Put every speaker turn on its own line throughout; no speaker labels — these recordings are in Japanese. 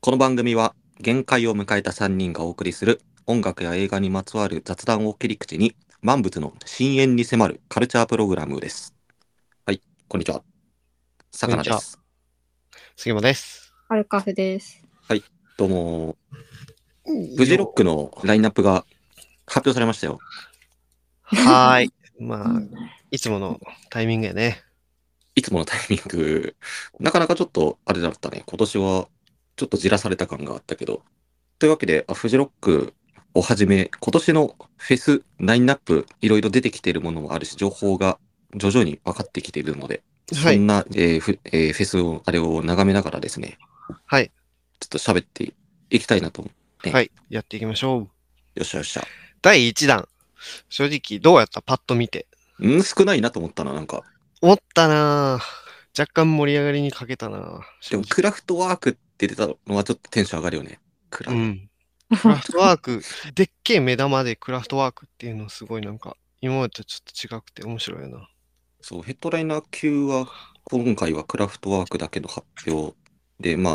この番組は限界を迎えた3人がお送りする音楽や映画にまつわる雑談を切り口に万物の深淵に迫るカルチャープログラムです。はい、こんにちは。さかなで
こんに
す。
杉本です。
アルカフです。
どうも、フジロックのラインナップが発表されましたよ。
はーい。ま
う
あ、
ん
いつものタイミングやね。
いつものタイミング、なかなかちょっとあれだったね。今年はちょっとじらされた感があったけど。というわけで、あフジロックをはじめ、今年のフェス、ラインナップ、いろいろ出てきているものもあるし、情報が徐々に分かってきているので、
は
そ
い
ん。な、えーフえーフェスを、あれを眺めながらですね、
はい。
ちょっと喋っていきたいなと思う。ね
はい。やっていきましょう。
よっしゃよっしゃ。
第1弾。正直、どうやったパッと見て。
うん、少ないなと思ったな、なんか。
思ったなぁ若干盛り上がりに欠けたなぁ
でも、
正
クラフトワークって出たのはちょっとテンション上がるよね。クラ
直 うん。クラフトワーク、でっけえ目玉でクラフトワークっていうのすごいなんか、今までとちょっと違くて面白いよな。
そう、ヘッドライナー級は、今回はクラフトワークだけの発表で、ま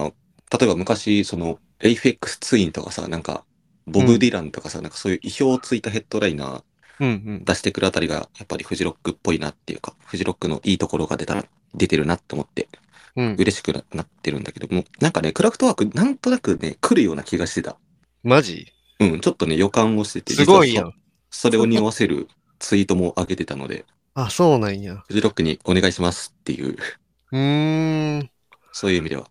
あ、例えば昔、その、エイフェックスツインとかさ、なんか、ボ
う
ブ・
ん
ディランとかさ、なんかそういう意表をついたヘッドライナー
うんうん。
出してくるあたりが、やっぱりフジロックっぽいなっていうか、フジロックのいいところが出たら、出てるなって思って、
うん。
嬉しくななってるんだけども、なんかね、クラフトワーク、なんとなくね、来るような気がしてた。
マジ
うん、ちょっとね、予感をしてて、
すごい
実
や
は
ん。
そそれを匂わせるツイートも上げてたので、
あ、そうなんや。
フジロックにお願いしますっていう、
うーん。
そういう意味では、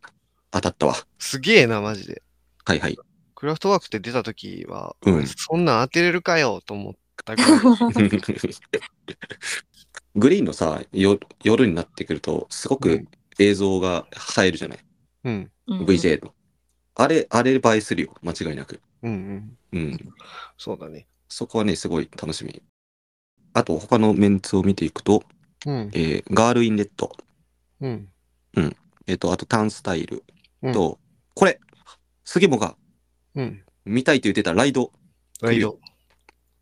当たったわ。
すげえな、マジで。
はいはい。
クラフトワークって出た時は、
うん
そんなん当てれるかよと思ったぐらい
グリーンのさ、よ夜になってくると、すご
う
く
ん
映像が映えるじゃない、
うん。
?VJ の。あれ、あれ映えするよ、間違いなく。
うんうん。
うん。
そうだね。
そこはね、すごい楽しみ。あと、他のメンツを見ていくと、
うん。
えーガール・イン・レッド、
うん。
えっ、と、あと、ターン・スタイル
うん
と、これ、杉本が
うん。
見たいと言ってたライド。
ライド。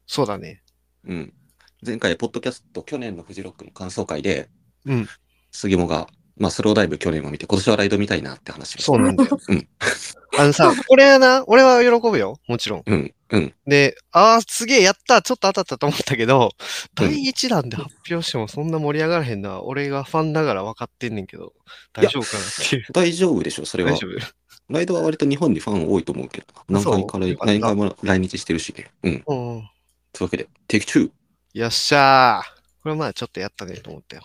そうだね。
うん。前回、ポッドキャスト、去年のフジロックの感想会で、
うん。
杉本が、まあ、スローダイブ去年を見て、今年はライド見たいなって話をして
そうなんだよ。
うん。
あ のさ、これはな、俺は喜ぶよ。もちろん。
うん、うん。
で、あー、すげえ、やったちょっと当たったと思ったけど、
うん
第1弾で発表してもそんな盛り上がらへんな。俺がファンだから分かってんねんけど、大丈夫かなっていう。
大丈夫でしょ、それは
大。丈夫。
ライドは割と日本にファン多いと思うけど、何回から
よかった
何回も来日してるしね。うん。
うん。
というわけで、的中。
よっしゃー。これまだちょっとやったねと思ったよ。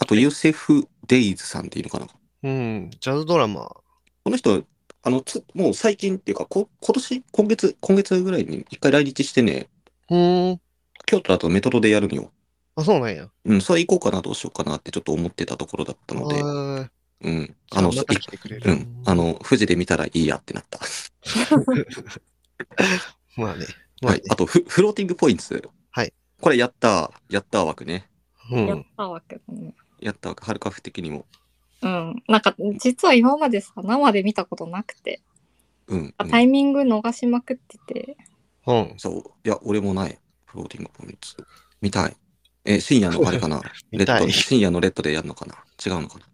あと、ユーセフ・デイズさんっていうのかな。
うん。ジャズドラマ
この人、あの、つもう最近っていうか、こ今年、今月、今月ぐらいに一回来日してね、
うーん。
京都だとメトロでやるのよ。
あ、そうなんや。
うん、それ行こうかな、どうしようかなってちょっと思ってたところだったので、
あ
うん。
あ
あの、
また
い
来てくれる。
うん、あの、富士で見たらいいやってなった。
まあね。まあ
は
ね
い。あとフ、フローティングポインツ。
はい。
これ、やったー、やったー枠ね。
や
う
っ
ん。
たわけだね。
やったー枠、ハルカフ的にも。
うん。なんか実は今までさ生で見たことなくて、
うん、うん。
タイミング逃しまくってて、
うん。
そう。いや、俺もない。フローティングポイント。見たい。え、深夜のあれかなレ
見た
ッ
い
ド、深夜のレッドでやるのかな違うのかな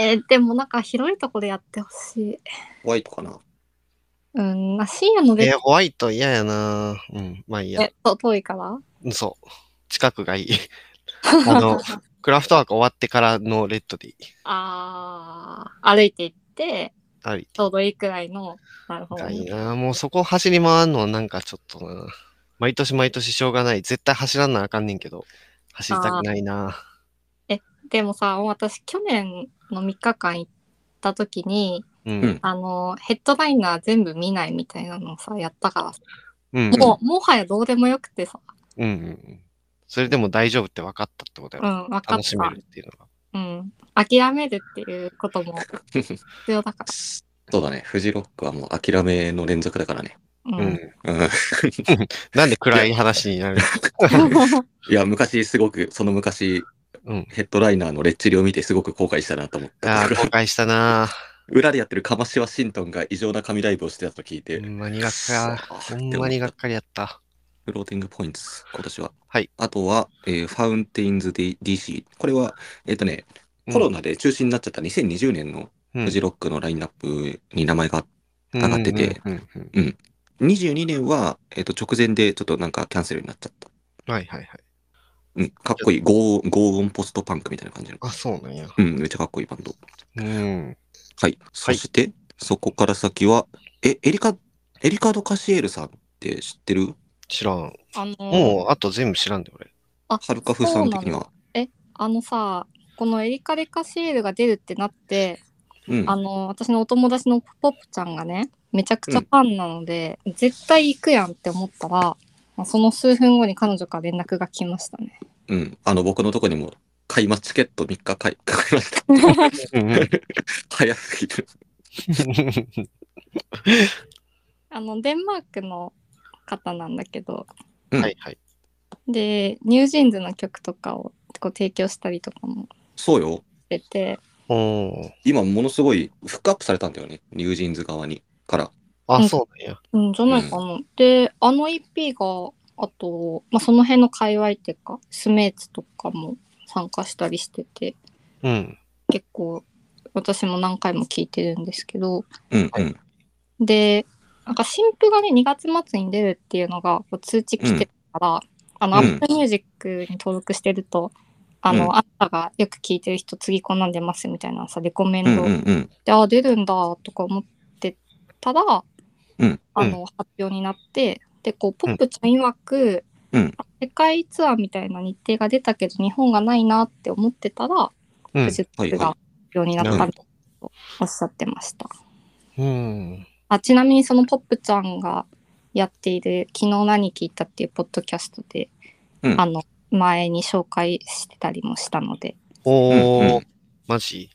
えーでもなんか広いとこでやってほしい。
ホワイトかな
うん。な深夜の
え
レ
ー、ホワイト嫌やなうん。まあいいや
え。と遠いから。
うんそう。近く がいい。あの、クラフトワーク終わってからのレッドでいい。
ああ歩いて行って
あり。
ちょうどいいくらいの。なるほど
がいい
ね。
なもうそこ走り回るのはなんかちょっとな毎年毎年しょうがない。絶対走らんなあかんねんけど。走りたくないな
でもさ私去年の3日間行った時に
うん。
あのヘッドライナー全部見ないみたいなのをさやったからさ
うん。
もうもはやどうでもよくてさ、
うん。うん。それでも大丈夫って分かったってことや
う
ろ。
ん、分かっ
楽しめ
た
る。っていうのが。
うん、諦めるっていうこと も必要だか
そうだね。フジロックはもう諦めの連続だからね。
ら。う
うん
ん。。
うん。
なんで暗い話になる
いや、昔すごく、その昔、
うん。
ヘッドライナーのレッチリを見てすごく後悔したなと思っ
あ
た
あ、。 後悔したな。
裏でやってるカマシワシントンが異常な神ライブをしてたと聞いて、
ほんまにがっか。
くそ
ほ
ー
ん
って思
ま
っ
に
た
がっかりやった。
フローティングポイント、今年は。
はい。
あとは、えーファウンテインズ・ディ DC。これは、えっ、とね、
うん
コロナで中止になっちゃった2020年の
うん
フジロックのラインナップに名前があっ上がってて。
うんうんうん
22年は、えっと、直前でちょっとなんかキャンセルになっちゃった。
はいはいはい。
うん、かっこいい。ゴー、ゴーオンポストパンクみたいな感じの。
あ、そうなんや。
うん、めっちゃかっこいいバンド。
うん。
はい。そして、そこから先は、え、エリカ、エリカード・カシエルさんって知ってる
知らん。
あの
もう、あと全部知らんで、俺。
あ
はるかふさん的には。
あのさこのエリカ・デカシエルが出るってなって
うん。
あの私のお友達のポップちゃんがねめちゃくちゃファンなので、絶対行くやんって思ったらまあその数分後に彼女から連絡が来ましたね。
うん。あの、僕のとこにも、買いま、チケット3日買い、買いました。
うんうん
早すぎる。
あのデンマークの方なんだけど
うん
はいはい。
でニュージーンズの曲とかをこう提供したりとかも
そうよ。
してて
おお。
今、ものすごい、フックアップされたんだよね。ニュージーンズ側に。から。
あ、
うん
そうなんや。
うん、じゃないかな。で、あの EP が、あと、まあ、その辺の界隈っていうか、スメーツとかも参加したりしてて、
うん。
結構、私も何回も聞いてるんですけど、
うん、
はい
うん。
で、なんか新譜がね、2月末に出るっていうのがこう通知来てたから、あの、
う
ア
ん
ップミュージックに登録してると、あ
う
の、あんたがよく聞いてる人、次こんなん出ますみたいなさ、レコメン
う
ド、
ん、うん、うん。
で、あ、出るんだとか思ってたら、
うん
あの、発表になって、で、こう、ポップちゃん曰く、
うん
世界ツアーみたいな日程が出たけど、日本がないなって思ってたら、
う
プ
ん
ジェ
はい
クトが発表になった
なる
とおっしゃってました。
うん。
あちなみに、そのポップちゃんがやっている、昨日何聞いたっていうポッドキャストで、
うん
あの、前に紹介してたりもしたので、
うん
お
う
お。マジ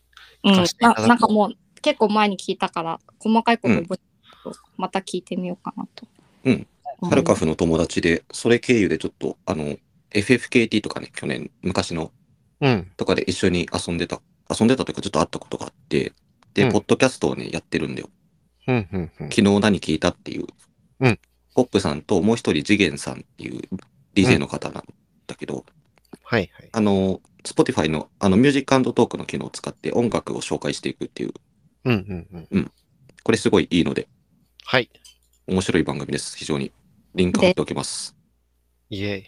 うん、
聞
な
かせていただこう
なんかもう結構前に聞いたから細かいこと覚えてるけどまた聞いてみようかなと。
うん
思います。
ハルカフの友達で、それ経由でちょっと、あの、FFKT とかね、去年、昔の
うん。
とかで一緒に遊んでた、遊んでたというか、ちょっと会ったことがあって、で、
うん
ポッドキャストをね、やってるんだよ。
うん。うん。うん
昨日何聞いたっていう、
うん
ポップさんともう一人、次元さんっていう DJ の方なんだけど、
はいはい。
あの、Spotify のあのミュージックトークの機能を使って音楽を紹介していくっていう、
うん。うん。うん。
これすごいいいので、
はい。
面白い番組です。非常に。リンク貼っておきます。
イエ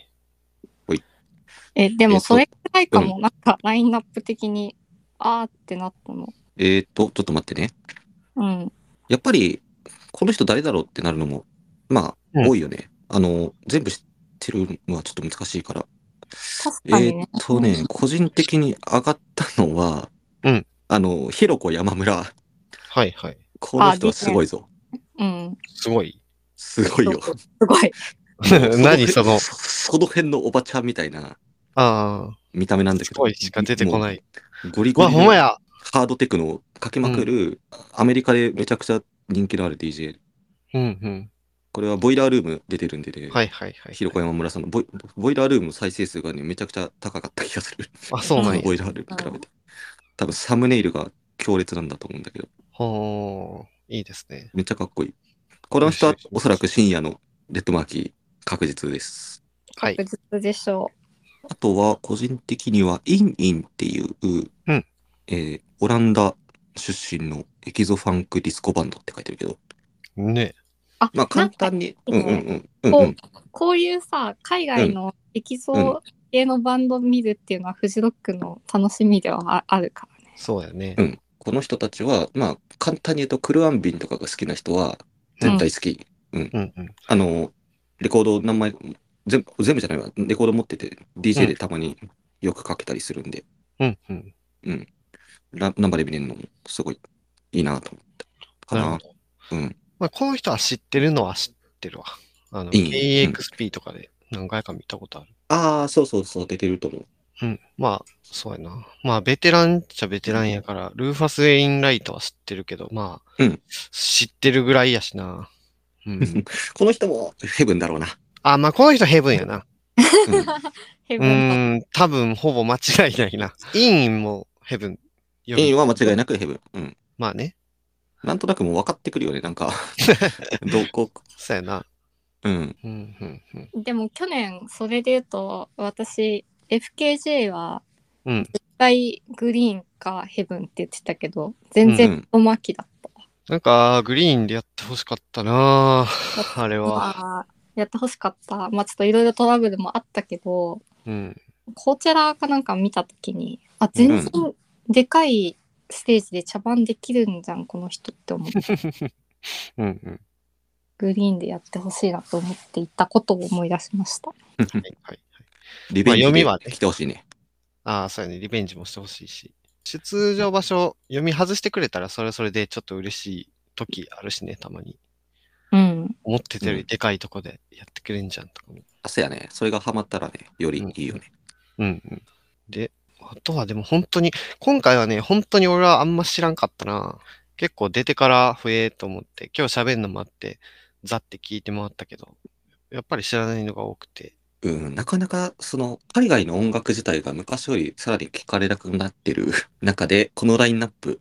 イ。
えで
えっ
も
と
それくらいかも、なんかラインナップ的にあーってなったの。
えーっと、ちょっと待ってね。
うん。
やっぱり、この人誰だろうってなるのも、まあ、
うん
多いよね。あの、全部知ってるのはちょっと難しいから。
確
え
かに
ー
ね
っ。とね、個人的に上がったのは、
うん
あの、ひろこ山村。
はいはい。
この人はすごいぞ。
うん。
すごい。
すごいよ。
すごい。
何その、
そその辺のおばちゃんみたいな
ああ、
見た目なんだ
す
けど。
ごいしか出てこない。
もう。ゴリ
う
ゴ
わ、
リ
ほんま
の
や。
ハードテクノをかけまくる、アメリカでめちゃくちゃ人気のある DJ。
うん
これはボイラールーム出てるんで
う
ね
ん。。はいはいはい。
ひろこ山村さんのボイボイラールームの再生数がね、めちゃくちゃ高かった気がする。
あ、そうなん や
ボ。イラールームに比べて。多分サムネイルが強烈なんだと思うんだけど、
ほー、いいですね。
めっちゃかっこいい。この人は
よしよし
おそらく深夜のレッドマーキー確実です。
はい
確。実でしょ
あとは、個人的には、インインっていう、
うん
えーオランダ出身のエキゾファンクディスコバンドって書いてるけど、
ね。
う。あ、
まあ
な
簡
んか
単に、うん
なん
う
か
んうんうんうん、
こういうさ、海外のエキ
う
ゾ系のバンド見るっていうのはフジロックの楽しみではああるからね。
そうやね
う。ん。この人たちは、まあ簡単に言うと、クルアンビンとかが好きな人は絶対好き。
うんうん。
あの、レコード何枚、全部、全部じゃないわ、レコード持ってて、
う
DJ
ん
でたまによくかけたりするんで、
うんうん。
ラ生で見れるのもすごいいいなと思ったか
なるほ
な。
ど。
うん。
まあ、この人は知ってるのは知ってるわ。あの、
いい
KXP とかで何回か見たことある。
ああ、そうそうそう、出てると思う。
うん。まあ、そうやな。まあ、ベテランっちゃベテランやから、ルーファス・エインライトは知ってるけど、まあ、
うん
知ってるぐらいやしな。 うん。
この人もヘブンだろうな。
あ、まあ、この人ヘブンやな。
うん
ヘ
う
ブン
ーん、多分ほぼ間違いないな。インもヘブン。よ
インは間違いなくヘブン。うん。
まあね。
なんとなくもう分かってくるよね、なん か。どこ、
そうやな。
うん。
うん、うん、うん。
でも去年それで言うと私 FKJ は
うん
ずっ対グリーンかヘブンって言ってたけど、全然ロマキだった。
なんか、グリーンでやってほしかったなぁあれは。
まあやってほしかった。まあちょっといろいろトラブルもあったけど、
うん。
コーチェラかなんか見たときに、あ、全然でかいステージで茶番できるんじゃん、この人っ て思って、
うんうん。
グリーンでやってほしいなと思っていたことを思い出しました。
はいはい。
リベンジ
まあ読みはね
で来てほしいね。
ああ、そうやね。リベンジもしてほしいし。出場場所、読み外してくれたら、それはそれでちょっと嬉しい時あるしね、たまに。
うん。
思ってたより
うん
でかいとこでやってくれんじゃんとかも。
あ、そうやね。それがハマったらね、よりいいよね。
うんうん。で、あとはでも本当に、今回はね、本当に俺はあんま知らんかったな。結構出てから増えと思って、今日喋るのもあって、ざって聞いて回ったけど、やっぱり知らないのが多くて。
うん、なかなか、その、海外の音楽自体が昔よりさらに聞かれなくなってる 中で、このラインナップ、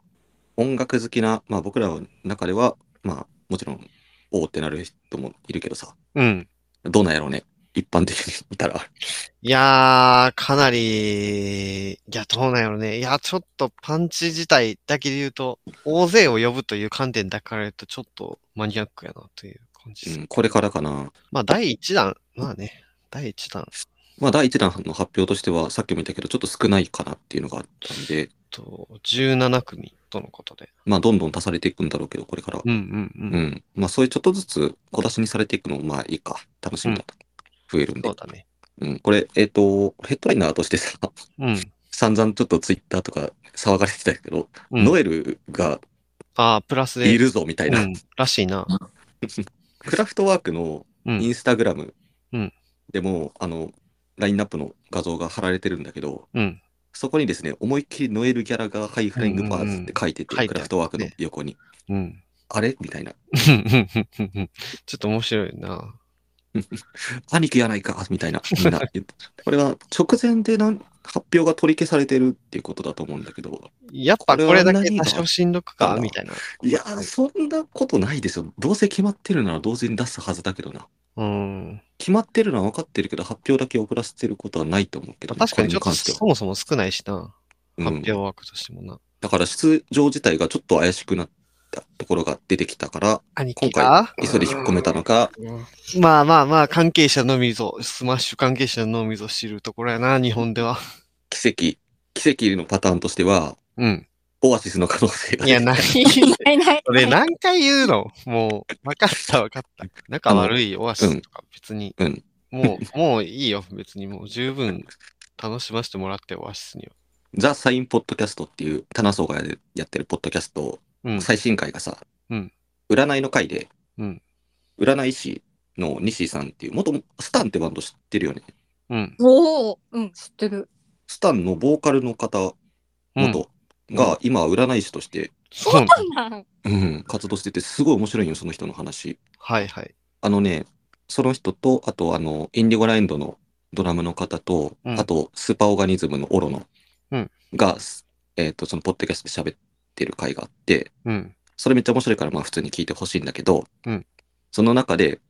音楽好きな、まあ僕らの中では、まあもちろん、おーってなる人もいるけどさ、
うん。
どうなんやろうね。一般的に見たら。
いやー、かなり、いや、どうなんやろね。いや、ちょっとパンチ自体だけで言うと、大勢を呼ぶという観点だから言うと、ちょっとマニアックやなという感じ
う
です。
ん、これからかな。
まあ、第1弾、まあね、第1弾、
まあ第1弾の発表としては、さっきも言ったけど、ちょっと少ないかなっていうのがあったんで、
と、17組とのことで。
まあどんどん足されていくんだろうけど、これからは。
うんうんうん。
うん。まあそういうちょっとずつ小出しにされていくのもまあいいか。楽しみだと。増えるんで
そう。だね。
うん。これ、えっ、と、ヘッドライナーとしてさ、
うん。
散々ちょっとツイッターとか騒がれてたけど、
うん
ノエルが
ああ、プラスで。
いるぞみたいな。
うん。らしいな。
クラフトワークの
う
イ
ん。
ンスタグラム
うん
でも、あの、ラインナップの画像が貼られてるんだけど、
うん。
そこにですね、思いっきりノエルギャラがハイフライングバーズって書いてて、
うんうんうん
クラフトワークの横に。
うん。
あれみたいな。
ちょっと面白いな。
兄貴やないかみたいな。みんな言って。 これは直前でなん発表が取り消されてるっていうことだと思うんだけど、
やっぱこれだけ多少しんどく
これは
か、
何が
みたいな。
いやー、そんなことないでしょ。どうせ決まってるなら同時に出すはずだけどな。
うん。
決まってるのは分かってるけど、発表だけ遅らせてることはないと思うけど、
確かにちょっ
ことれ関して
そ
は
もそも少ないしな。
う
発
ん
表枠としてもな。
だから出場自体がちょっと怪しくなったところが出てきたから、
兄
今
貴
回
が、
急いで引っ込めたのか、
うんまあまあまあ、関係者のみぞ、スマッシュ関係者のみぞ知るところやな、日本では。
奇跡、奇跡のパターンとしては、
うん。
オアシスの可能性が
いや、ない。
ないない。
それ何回言うのもう、分かった分かった。仲悪いオアシスとか別に、
うん
もう、もういいよ。別にもう十分楽しませてもらって、オアシスには。
ザ・サイン・ポッドキャストっていう、タナソーがやってるポッドキャスト、
うん。
最新回がさ、
うん
占いの回で、
うん
占い師の西井さんっていう、元スタンってバンド知ってるよね。
うん。
おお、うん、知って る。
スタンのボーカルの方、元が今は占い師として、
そうなの
うん活動してて、すごい面白いよ、その人の話。
はいはい。
あのね、その人と、あと、あの、インディゴラエンドのドラムの方と、
うん
あと、スーパーオーガニズムのオロノ
うん
が、すえっ、と、その、ポッドキャストで喋ってる回があって、
うん。
それめっちゃ面白いから、まあ、普通に聞いてほしいんだけど、
うん
その中で、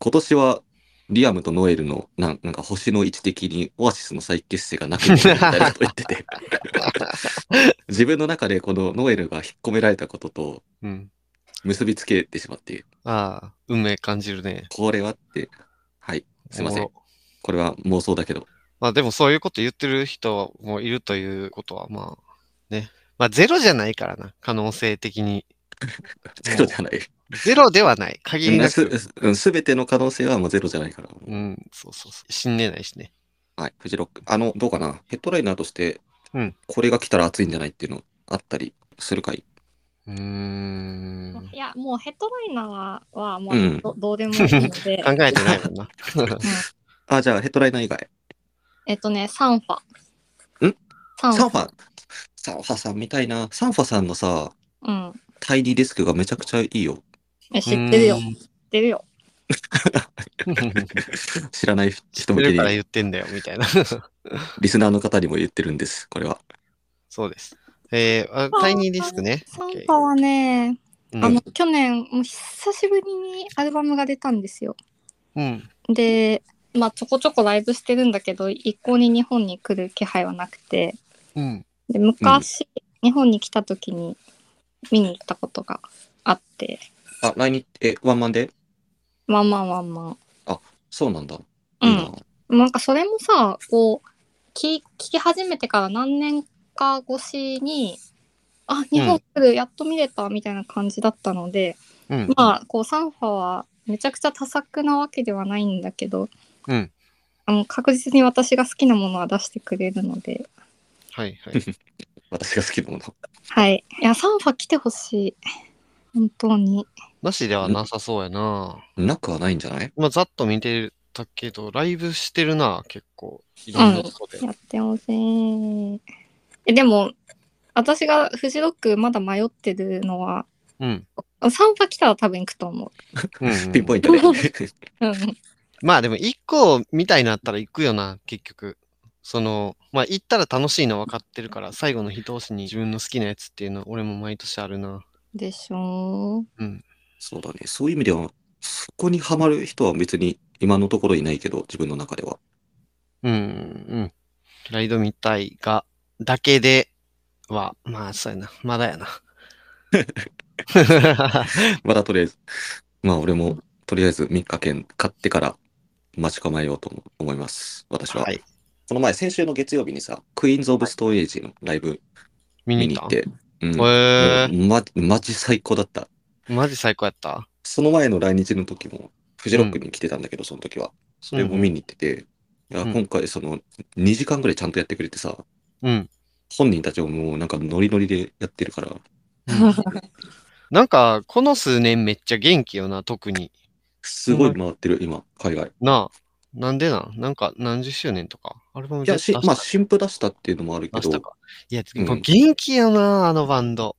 今年は、リアムとノエルの、なんなんか、星の位置的に、オアシスの再結成がなくなったみたいなこと言って て、自分の中で、このノエルが引っ込められたことと、
うん。
結びつけてしまって、
ああ、運命感じるね。
これはって、はい、すいませ
お
ん
も。ろ
これは妄想だけど、
まあで もそういうこと言ってる人もいるということは、まあ、ね。まあゼロじゃないからな、可能性的に。
ゼロじゃない。
ゼロではない。限りな
す
く。
うんすべての可能性はもうゼロじゃないから。
うん、そうそうそう。死んでないしね。
はい、フジロック。あの、どうかな、ヘッドライナーとして
うん、
これが来たら熱いんじゃないっていうのあったりするかい。
うーん。
いや、もうヘッドライナーはも
う
うんど,、どうでもいいので
考、えてないもんな。
あ、じゃあヘッドライナー以外。
えっとね、サンファ。
ん
サンフ
サン
ァ。
ファ、サンファさんみたいな。サンファさんのさ、
うん。
タイニーデスクがめちゃくちゃいいよ。
え 知ってるよ。
う
知
ん
ってるよ。
知らない人
知っ
向
て
け
るから
に、
言ってんだよ、みたいな。
リスナーの方にも言ってるんです、これは。
そうです。えー、あタイニーディスクね。
サンファはね、
うん
あの、去年、もう久しぶりにアルバムが出たんですよ。
うん。
で、まあ、ちょこちょこライブしてるんだけど、一向に日本に来る気配はなくて、
うん。
で昔、日本に来た時に見に行ったことがあって
あ、来日、え、ワンマンで
まあまあまあま
そうなんだ。
あ、
いいな。
うん、なんかそれもさこう聞聞き始めてから何年か越しにあ日本来るやっと見れたみたいな感じだったので、
うん。
まあこうサンファはめちゃくちゃ多作なわけではないんだけど
うん。
あの確実に私が好きなものは出してくれるので
はいはい。
私が好きなもの。
はいいやサンファ来てほしい本当に
なしではなさそうやな。
なくはないんじゃない
今、ざっと見てたけど、ライブしてるな、結構。いろんなとこで。
やってほしいえでも私がフジロックまだ迷ってるのは
うん。
サンファ来たら多分行くと思
うんう ん
ピンポイントで。
う。うん。
まあでも、一個みたいになったら行くよな、結局。その、まあ行ったら楽しいの分かってるから、最後の一押しに自分の好きなやつっていうの、俺も毎年あるな。
でしょ
うん。
そうだね。そういう意味では、そこにはまる人は別に今のところいないけど、自分の中では。
うん、うん。ライドみたいが、だけでは、まあそうやな、まだ やな。
まだとりあえず、まあ俺もとりあえず3日券買ってから待ち構えようと思います。私は。
はい。
この前、先週の月曜日にさ、クイーンズ・オブ・ストーエージのライブ
見
見に
に行
行
っ
った
へ
て、うん。
え
もうま、マジ最高だった。
マジ最高やった
その前の来日の時も、フジロックに来てたんだけど、その時は。それも見に行ってて、いや
うん
今回その2時間ぐらいちゃんとやってくれてさ、
うん。
本人たちももうなんかノリノリでやってるから、
なんか、この数年めっちゃ元気よな、特に。
すごい回ってる、今、海外。
なあ。なんでなんなんか何十周年とかアルバム
いや、し
出した
まあ、新譜出したっていうのもあるけ
出した
ど、
か。いや、
うん
もう元気やな、あのバンド。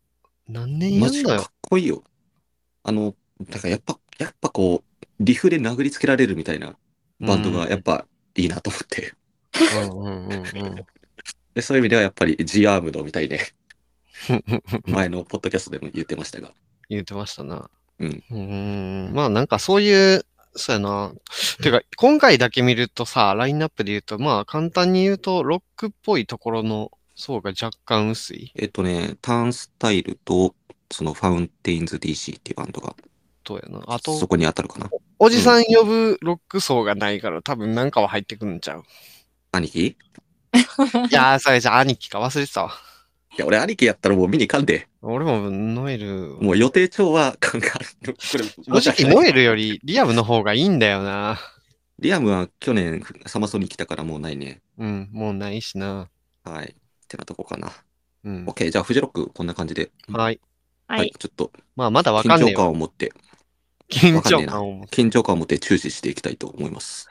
何年や
マ
ん
ジ
の
か
よ
っ。こいいよ。あの、だからやっぱ、やっぱこう、リフで殴りつけられるみたいなバンドがやっぱいいなと思って。
うんうんうんうん。
でそういう意味ではやっぱり G アームドみたいね、 前のポッドキャストでも言ってましたが。
言ってましたな。
うん。
ん。まあなんかそういう、そうやな。てか、今回だけ見るとさ、ラインナップで言うと、まあ簡単に言うと、ロックっぽいところの層が若干薄い。
えっとね、ターンスタイルと、そのファウンテインズ DC っていうバンドが、
どうやな。あと、
そこに当たるかな。
おじさん呼ぶロック層がないから、多分なんかは入ってくるんちゃう。
兄貴い
いやー、それじゃ兄貴か忘れてたわ。
や、俺兄貴やったらもう見に行かんで。
俺もノエル、
もう予定調和感がある。これ
正直ノエルよりリアムの方がいいんだよな。
リアムは去年サマソニー来たからもうないね。
うん、もうないしな。
はい。ってなとこかな。
うん。
OK、じゃあフジロックこんな感じで。
はい。
はい。
ちょっと
まあまだわかん
緊張
ねえよ。
感を持って、
緊
わかんね
張
えな
感を持って。
緊張感を持って注視していきたいと思います。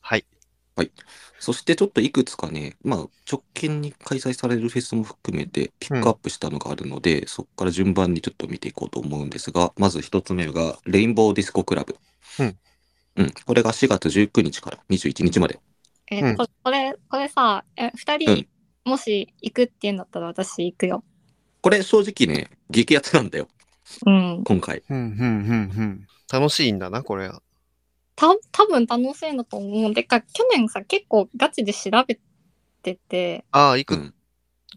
はい。
そしてちょっといくつかね、まあ直近に開催されるフェスも含めてピックアップしたのがあるので、そこから順番にちょっと見ていこうと思うんですが、まず一つ目がレインボーディスコクラブ。
うん。
うん。これが4月19日から21日まで。
え、
うん
これ、これ、これさ、え、二人、
うん
もし行くって言うんだったら私行くよ。
これ正直ね、激アツなんだよ、
うん。
今回。
うん、うん、うん、うん。楽しいんだな、これは。
た、多分楽しいんだと思う。でか、去年さ、結構ガチで調べてて、
ああ、行
う
く
ん。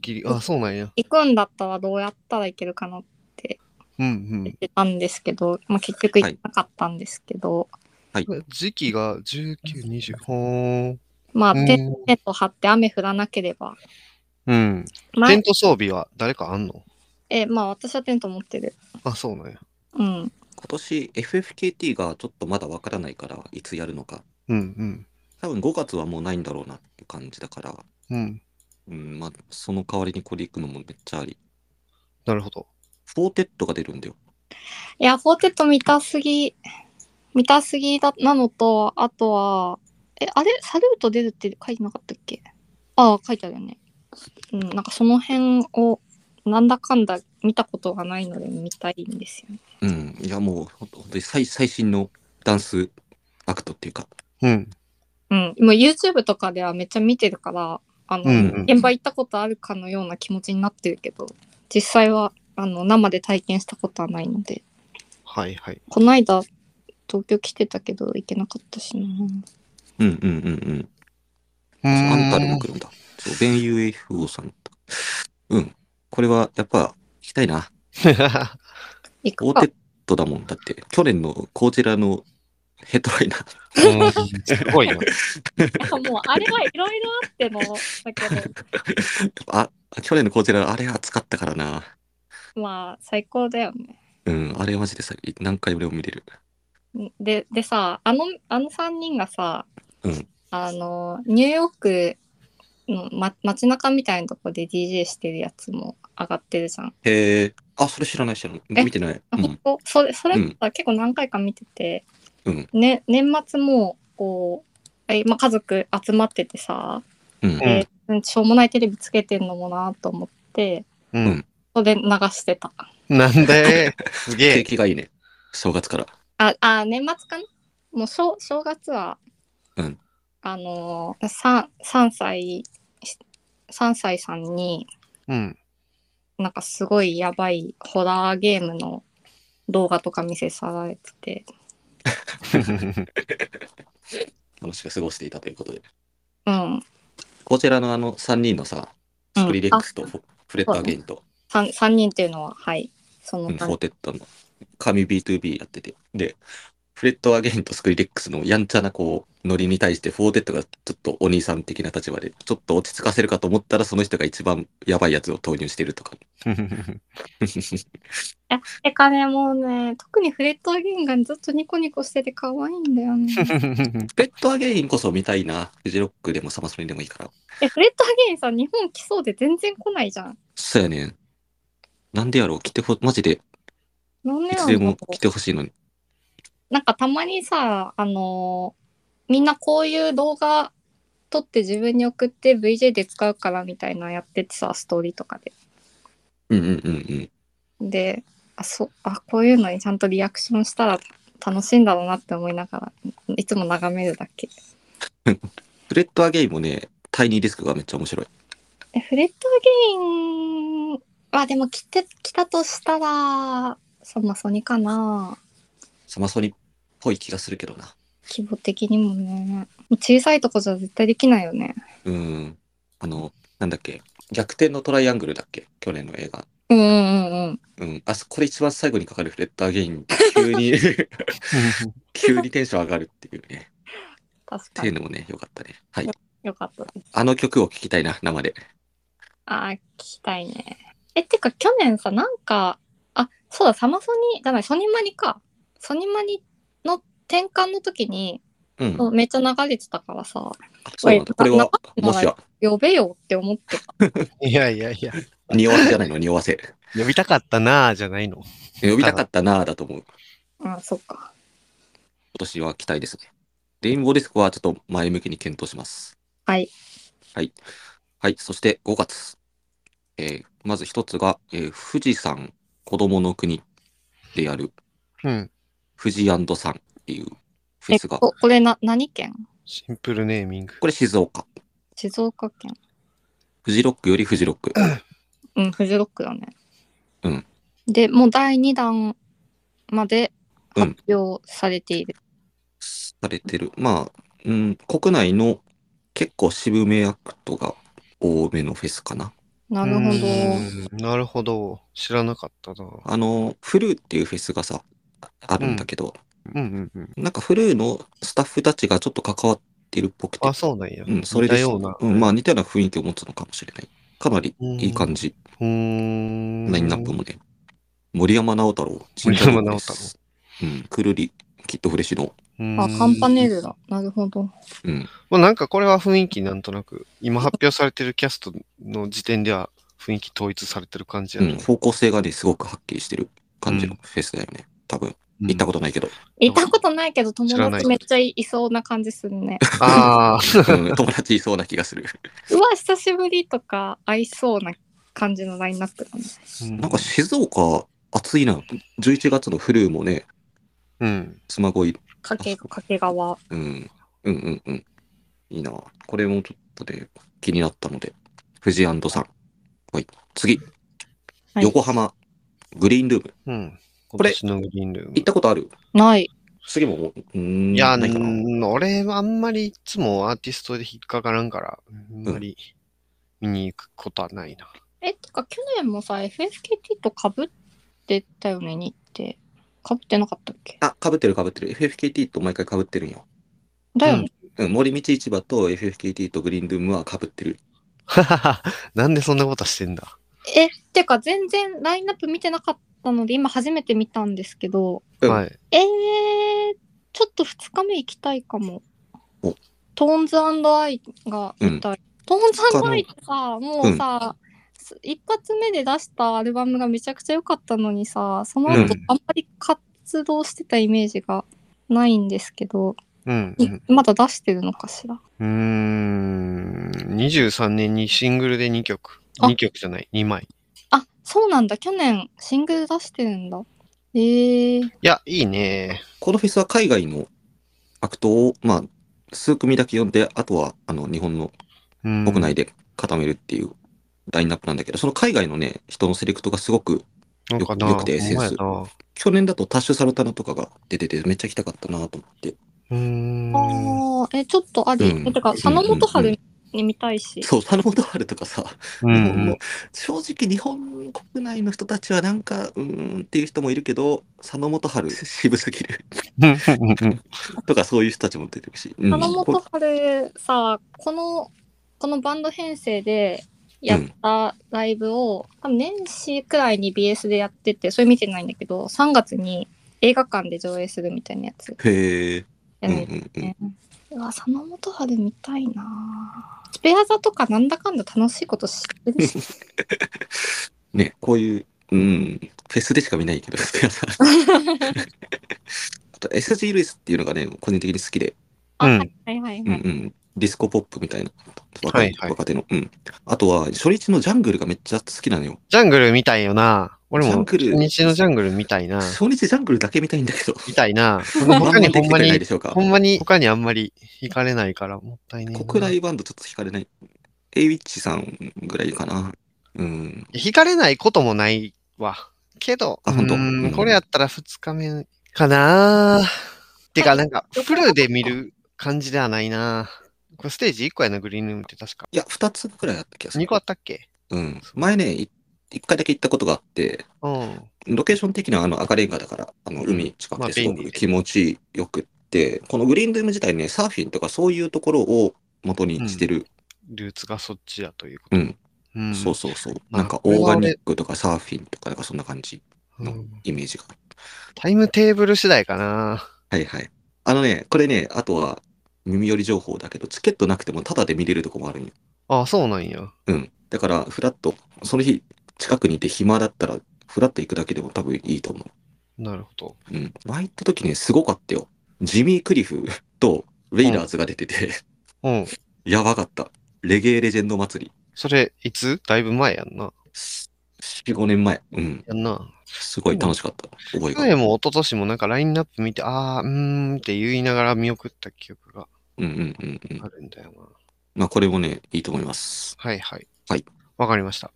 きり、あそうなんや。
行くんだったらどうやったらいけるかなって
うん
言っ、てたんですけど、まあ結局行けなかったんですけど、
うん。時期が19、20。ほー。
まあ
うん
テント張って雨降らなければ、
うん。
まあ
テント装備は誰かあんの
え、まあ私はテント持ってる。
あ、そうなんや。
うん。
今年 FFKT がちょっとまだわからないから、いつやるのか。
うん、
多分5月はもうないんだろうなって感じだから、
うん。
う
うん。
ん、まあ、その代わりにこれ行くのもめっちゃあり。
なるほど。
フォーテッドが出るんだよ。
いや、フォーテット見たすぎ、見たすぎだなのと、あとは、え、あれサルート出るって書いてなかったっけああ、書いてあるよね。うん、なんかその辺を、なんだかんだ見たことがないので見たいんですよね。
うん。いや、もう、ほんと本当に最最新のダンスアクトっていうか、
うん。
うん。もう YouTube とかではめっちゃ見てるから、あの、
うん、うん。
現場行ったことあるかのような気持ちになってるけど、実際は、あの、生で体験したことはないので、
はい、はい。
こないだ東京来てたけど行けなかったしな。
うんうんうんうん。
うーん
アンタルも来るんだ。そう、ベン UFO さんと。うん。これは、やっぱ、聞きたいな。
行く
オー
か
テ。ッドだもん。だって、去年のこちらのヘッドライナー。
うんすごいな。
もうあれはいろいろあっての、だ けど、
あ、去年のこちら、あれ暑かったからな。
まあ最高だよね。
うん、あれマジでさ、何回でも見れる。
で、でさ、あの、あの3人がさ、
うん
あの、ニューヨークの、ま、街中みたいなとこで DJ してるやつも上がってるじゃん。
へえ。あ、それ知らない、知らな
え
い。見てない。
あ
う
本
ん。
当それ、それ
うん
さ結構何回か見てて、
うん
ね、年末も、こう、えまあ、家族集まっててさ、
うん。
うん
でうんしょうもないテレビつけてんのもなと思って、
うん。
それで流してた。
なんで、すげ
景
え。
気がいいね。正月から。
あ、あ、年末かなもう正正月は、
うん
あのー、3, 三歳、3歳さんに、
うん。
なんかすごいやばいホラーゲームの動画とか見せされてて、
楽しく過ごしていたということで。
うん、
こちらのあの3人のさ、スクリレックスとフフレットアゲインと、
3, 三人っていうのは、はい、その
うん、フォ
感
ーテッドの神 B2B やってて。で、フレットアゲインとスクリレックスのやんちゃなこう、ノリに対して、フォーテッドがちょっとお兄さん的な立場で、ちょっと落ち着かせるかと思ったら、その人が一番やばいやつを投入してるとか。
てかね、もうね、特にフレットアゲインがずっとニコニコしてて可愛いんだ よね。
スペットアゲインこそ見たいな。フジロックでもサマソニでもいいから。
え、フレットアゲインさ、日本来そうで全然来ないじゃん。
そうやねん。なんでやろう来てほ、マジで、
なんで
い
な
つ
ん
で
だろ
も
う
来てほしいのに。
なんかたまにさ、あのーみんなこういう動画撮って自分に送って VJ で使うからみたいなのやっててさ、ストーリーとかで。
うんうんうんうん。
で、あ、そう、あ、こういうのにちゃんとリアクションしたら楽しいんだろうなって思いながら、いつも眺めるだけ。
フレットアゲインもね、タイニーディスクがめっちゃ面白い。
えフレットアゲインはでも来て、来たとしたら、サマソニかな。
サマソニっぽい気がするけどな。
規模的にもね。小さいとこじゃ絶対できないよね。
うーん。あの、なんだっけ。逆転のトライアングルだっけ去年の映画。
うんうんうんうん。
うん。あそこれ一番最後にかかるフレットアゲイン、急に、急にテンション上がるっていうね。
確
っ
か
ていう
に。
のもね、よかったね。はい。
よかったです。
あの曲を聴きたいな、生で。
あー聞きたいね。え、てか去年さ、なんか、あ、そうだ、サマソニじゃない、ソニマニか。ソニマニの転換の時に、
うん。
そうめっちゃ流れてたからさ、
あそうなんだ。これは
こ、れな
もしや、
呼べよって思ってた。
いやいやいや、
匂わせじゃないの、匂わせ。
呼びたかったなぁじゃないの。
呼びたかったなぁだと思う。今
あ、そっか。
年は期待ですね。レインボーディスコはちょっと前向きに検討します。
はい。
はい。はい。そして5月。えーまず一つが、えー富士山子供の国でやる
うん。
富士山っていうフェ
えっ
スが、
と、これな、何県
シンプルネーミング。
これ静岡。
静岡県。
富士ロックより富士ロック。
うん、フジロックだね。
うん。
で、もう第2弾まで
うん
発表されている。
されてる。まあ、うん、国内の結構渋めアクトが多めのフェスかな。
なるほど。
ど。なるほど。知らなかったな。
あの、フルーっていうフェスがさ、あるんだけど、
うんうんうん。
なんかフルーのスタッフたちがちょっと関わってるっぽくて
あ、、そうなんや。
うん、それで
似たような。
うん、まあ似たような雰囲気を持つのかもしれない。かなりいい感じ、
うーん。
ラインナップもね。森山直太朗、
森山直太朗
郎。うん、くるり、キッドフレッシュの、
うん。
あ、カンパネルだ。なるほど。
うん、
まあ、なんかこれは雰囲気なんとなく、今発表されてるキャストの時点では雰囲気統一されてる感じや
う
な。
ん、方向性がね、すごくはっきりしてる感じのフェスだよね。多分、行ったことないけど。
行ったことないけど友
知らない
達めっちゃいそうな感じするね。
とあ
うん友達いそうな気がする。
うわ久しぶりとか合いそうな感じのラインナップだね。
あ。
なんか静岡、暑いな。11月のフルーもね、
うん。
妻恋
掛け川。
うん。うんうんうん。いいな。これもちょっとで、気になったので。富士さん。はい。次。
はい
横浜グリーンルーム。
うん。
これ
今年のグリーンルーム
行っ。たことある
ない。
次も、うーん。
いや、
ないかな。
うん俺はあんまりいつもアーティストで引っかからんから、あんまり見に行くことはないな。
え、てか去年もさ、FFKT とかぶってたよね、日程。かぶってなかったっけ
あ、被ってる被ってる。FFKT と毎回被ってるんよ。
だよね。
うん、森道市場と FFKT とグリーンルームは被ってる。
なんでそんなことしてんだ
え、てか全然ラインナップ見てなかったので、今初めて見たんですけど、
うん
はい。
えー、ちょっと2日目行きたいかも
お。
トーンズアイが見たい。トーンズアイってさ、もうさ、す一発目で出したアルバムがめちゃくちゃ良かったのにさ、その後
う
あん
ん
まり活動してたイメージがないんですけど、
うん、う
い
ん。
まだ出してるのかしら。
うーん。23年にシングルで2曲。
あ
2曲じゃない、2枚。
あ、そうなんだ。去年シングル出してるんだ。えー、
いや、いいね。
このフェスは海外のアクトを、まあ、数組だけ呼んで、あとは、あの、日本の
うん
国内で固めるっていうラインナップなんだけど、その海外のね、人のセレクトがすごく、
なんかな。
よくてセンス
ほんまやな
去年だとタッシュサルタナとかが出てて、めっちゃ来たかったなと思って。
うーん。
あーえ、ちょっとあり。
うん
えてか、佐野元春に見たいし。
そう、サルモドハルとかさ、
う
日本
ん
の。正直日本国内の人たちはなんか、うーんっていう人もいるけど、佐野元 春渋すぎるとかそういう人たちも出てるし。うん
佐野元春さ、この、このバンド編成でやったライブを、多分年始くらいに BS でやってて、それ見てないんだけど、3月に映画館で上映するみたいなやつ
へえ。
や
うんう
ね
んうん。
ねうわ、佐野元春見たいなぁスペア座とかなんだかんだ楽しいこと知ってるし。
ね、こういう、うん、フェスでしか見ない けど、スペアさんあと SG ルイスっていうのがね、個人的に好きで、
あ、
うん
はいはいはい
うん
は
う
い。
ん、ディスコポップみたいな、若
はいいはい
若手の、うん。あとは、初日のジャングルがめっちゃ好きなのよ。
ジャングル見たいよな。俺
ジャン
も、
グ
初
ル
日のジャングル見たいな。
初日ジャングルだけ見たいんだけど、
見たい な。その
あん
他
ま
に
りで
ほん
きて
ま
くれない
に
で、しょうか
ほ。んまに他にあんまり行かれないから、もったいねえな。
国内バンドちょっと惹かれない。エイウィッチさんぐらいかな。うん。
引かれないこともないわ。けど、
あ本当
うーん
うん
これやったら2日目かなてか、なんか、フルで見る感じではないなこれステージ1個やな、グリーンルームって確か。
いや、二つぐらいあった気がする。
2個あったっけ
うん。前ね、い一回だけ行ったことがあって、
うん。
ロケーション的にはあの赤レンガだから、あの海近く
まあ
ですご
便
く
利で
気持ちよくって、このグリーンルーム自体ね、サーフィンとかそういうところを元にしてる。
ルーツがそっちだというこ
う
と。
ん、
うん
そうそうそう。
まあ
なんか
こ
オ
れ
ー
は
ガ
俺
ニックとかサーフィンとか、なんかそんな感じ
う
の
ん
イメージが。
タイムテーブル次第かな
はいはい。あのね、これね、あとは耳寄り情報だけど、チケットなくてもタダで見れるとこもあるんよ。
あ、そうなんや。
うん。だから、フラット、その日近くにいて暇だったら、フラット行くだけでも多分いいと思う。
なるほど。
うん。前行った時ね、すごかったよ。ジミー・クリフとレイラーズが出てて、
うん。
やばかった。レゲエレジェンド祭り。
それ、いつだいぶ前やんな。
4、5年前。うん。
やんな。
すごい楽しかった。覚え
去
がある。
年も一昨年もなんかラインナップ見て、あー、うーんって言いながら見送った記憶が
うんうんうんうん。
あるんだよな。
まあ、これもね、いいと思います。
はいはい。
はい。
わかりました。